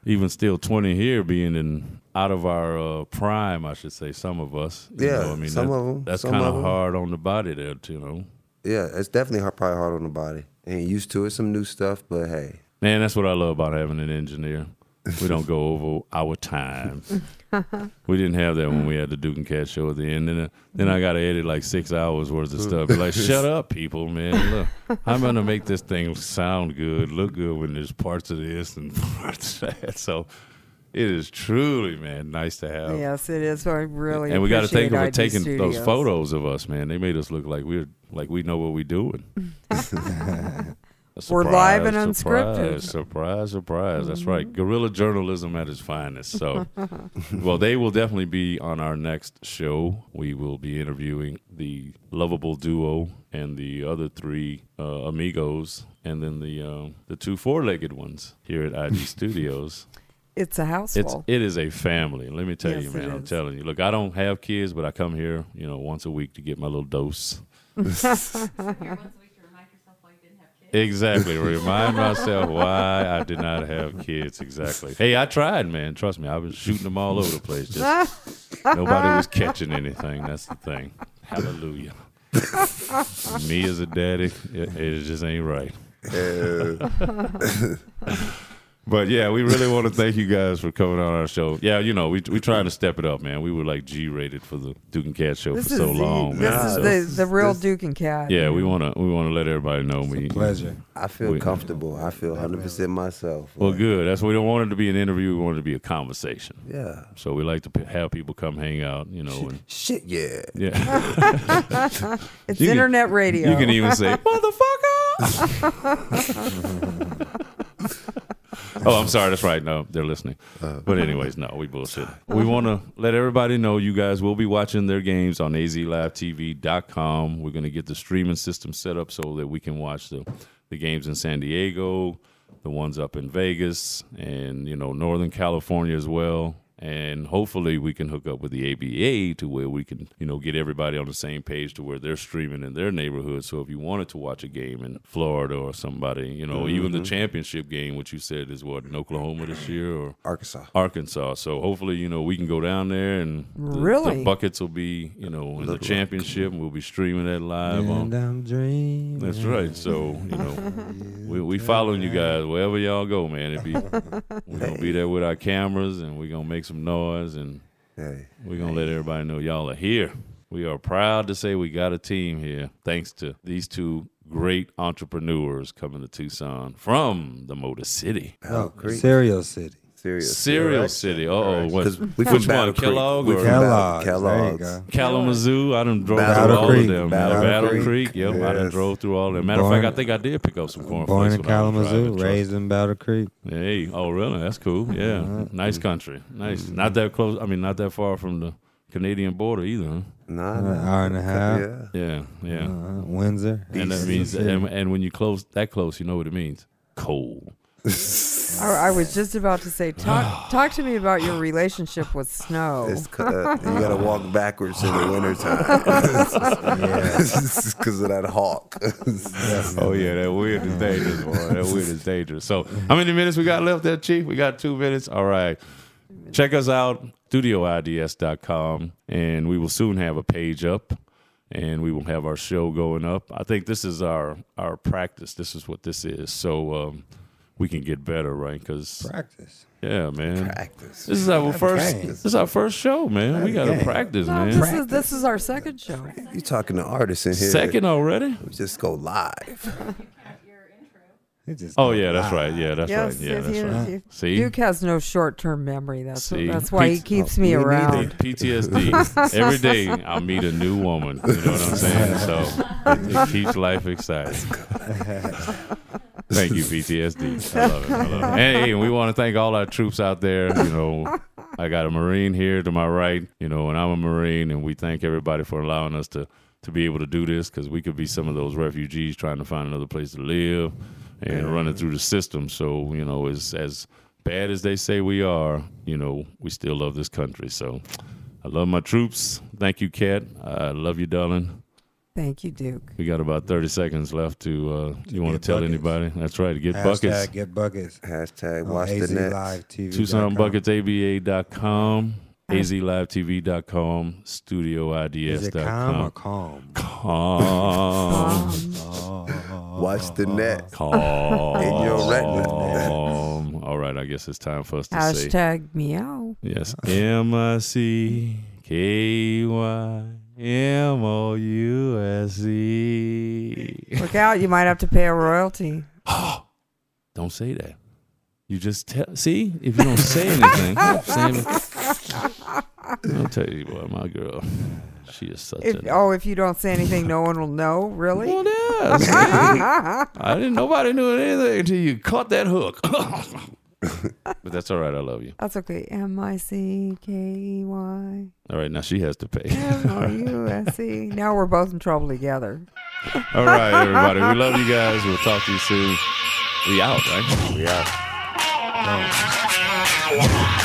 even still, twenty here being in out of our uh, prime, I should say, some of us. you
Yeah,
know, I mean,
some
that-
of 'em,
That's
some
kind of
of 'em.
hard on the body there, too, you know.
Yeah, it's definitely hard, probably hard on the body. Ain't used to it. Some new stuff, but hey,
Man, that's what I love about having an engineer. We don't go over our time. we didn't have that when we had the Duke and Cat show at the end. And then, uh, then I got to edit like six hours worth of stuff. Be like, shut up, people, man. Look, I'm going to make this thing sound good, look good when there's parts of this and [LAUGHS] parts of that. So it is truly, man, nice to have.
Yes, it is. I really
Oh. and we got to thank
appreciate
them for
ID
taking those
Studios.
photos of us, man. They made us look like we're like we know what we're
[LAUGHS]
doing.
We're live and unscripted. Mm-hmm.
Surprise, surprise, surprise. That's right. Guerrilla journalism at its finest.
[LAUGHS]
So, well, they will definitely be on our next show. We will be interviewing the lovable duo and the other three uh, amigos, and then the um, the two four legged ones here at
[LAUGHS]
IG Studios.
It's a house
It's
full.
it is a family. Let me tell
Yes,
you,
it
man. I'm
is. [LAUGHS]
telling you. Look, I don't have kids, but I come here, you know, once a week to get my little dose Exactly. Remind myself why I did not have kids. Exactly. Hey, I tried, man. Trust me, I was shooting them all over the place. Just nobody was catching anything. That's the thing. Hallelujah. [LAUGHS] Me as a daddy, it, it just ain't right.
Uh,
But yeah, we really want to thank you guys for coming on our show. Yeah, you know, we we trying to step it up, man. We were like G rated for the Duke and Cat show
This
for
is
so
the,
long,
this
man.
is
So,
the, the real
this-
Duke and Cat.
yeah, we wanna we wanna let everybody know
It's
we
a pleasure.
I feel
We-
comfortable. I feel 100% myself.
Well,
Like,
good. That's we don't want it to be an interview. We want it to be a conversation.
Yeah.
So we like to p- have people come hang out, you know, Oh,
[LAUGHS]
and
Shit, yeah.
yeah,
It's
You can-
internet radio.
you can e even say motherfucker. [LAUGHS] oh, I'm sorry. That's right. No, they're listening. [LAUGHS] But anyways, no, we bullshit. We want to let everybody know you guys will be watching their games on azlivetv.com. We're going to get the streaming system set up so that we can watch the the games in San Diego, the ones up in Vegas, and you know Northern California as well. And hopefully we can hook up with the ABA to where we can, you know, get everybody on the same page to where they're streaming in their neighborhood. So if you wanted to watch a game in Florida or somebody, you know, even the championship game, which you said is what in Oklahoma this year or
Arkansas.
Arkansas. So hopefully, you know, we can go down there and the, the
Really?
buckets will be, you know, in the championship. and We'll be streaming that live on.
And I'm dreaming.
That's right. So you know, we we following you guys wherever y'all go, man. It be we're gonna be there with our cameras and we're gonna make some noise and
Hey.
we're gonna let everybody know y'all are here. We are proud to say we got a team here, thanks to these two great entrepreneurs coming to Tucson from the Motor City,
Oh,
Owl Oh, Creek.
Cereal City.
Serious.
Cereal City. Uh oh, what?
Because we from
Which
Battle
one,
Creek.
Kellogg
We
or
from Battle-
Kellogg's. There you
Kellogg's.
go.
Kalamazoo. I done drove
Battle
through all
Creek.
of them.
Battle
Battle, Battle Creek.
Creek.
Yep, I done
Yes.
drove through all of them. Matter of
Born-
fact, I think I did pick up some cornflakes.
Born in
when I was
Kalamazoo,
driving, trust
raised in Battle Creek.
Hey, oh really? That's cool. Yeah, nice country. Nice.
Mm-hmm.
Not that close. I mean, not that far from the Canadian border either. huh?
Nah,
An
nah.
hour and a half.
Yeah.
Yeah, yeah.
Uh, Windsor.
and that
Mm-hmm. East.
means, and, and when you close that close, you know what it means. Cold.
I, I was just about to
[SIGHS]
say, talk talk to me about your relationship with snow.
It's, cu- uh, you gotta walk backwards in the
[LAUGHS]
[LAUGHS] wintertime. Because of that hawk.
Oh yeah, that weird is dangerous, boy. [LAUGHS] That weird is dangerous. So, how many minutes we got left there, Chief? We got two minutes. All right. Check us out, studioids.com, and we will soon have a page up, and we will have our show going up. I think this is our our practice. This is what this is. So. um we can get better, right? Because
Practice.
yeah, man,
Practice.
this is our first.
game.
This is our first show, man. We gotta
game.
practice,
no,
man.
this is this is our second show.
[LAUGHS] You talking to artists in here?
Second already?
We just go live.
It just
Oh yeah, that's right. Yeah, that's
yes,
right. Yeah,
if
that's
you-
right.
if you-
See?
Duke has no short term memory. That's
See?
that's why he
Pete's-
keeps me
we need
around.
P- PTSD. Every day I meet a new woman. You know what I'm saying? So it, it keeps life exciting. Thank
[LAUGHS]
you, PTSD. I love it. I love it. Hey, and we want to thank all our troops out there. You know, I got a Marine here to my right, you know, and I'm a Marine, and we thank everybody for allowing us to, to be able to do this because we could be some of those refugees trying to find another place to live and running through the system. So, you know, as, as bad as they say we are, you know, we still love this country. So I love my troops. Thank you, Kat. I love you, darling.
Thank you, Duke.
We got about 30 seconds left to, uh, you want to
get
tell
buckets.
anybody? That's right, to get
Hashtag
buckets.
Get buckets.
Hashtag
on
watch the net.
azlivetv.com.
TucsonBucketsABA.com, AZLiveTV.com,
Is it calm or
StudioIDS.com.
calm? Oh.
Calm.
Um,
Watch the net.
Calm.
In your retina.
All right, I guess it's time for us to say.
hashtag meow.
Yes. M I C K Y M O U S E.
Look out! You might have to pay a royalty.
Don't say that. You just tell. See, if you don't say anything, Sam- I'll tell you what, my girl, she is such
If,
a.
oh, if you don't say anything, no one will know. Really?
Well, yeah. see? I didn't. Nobody knew anything until you caught that [LAUGHS] hook. but that's all right. I love you.
[LAUGHS] That's okay. M I C K Y
All right, now she has to pay.
M O U S E. Now we're both in trouble together.
All right, everybody. We love you guys. We'll talk to you soon. We out, right?
We out.
All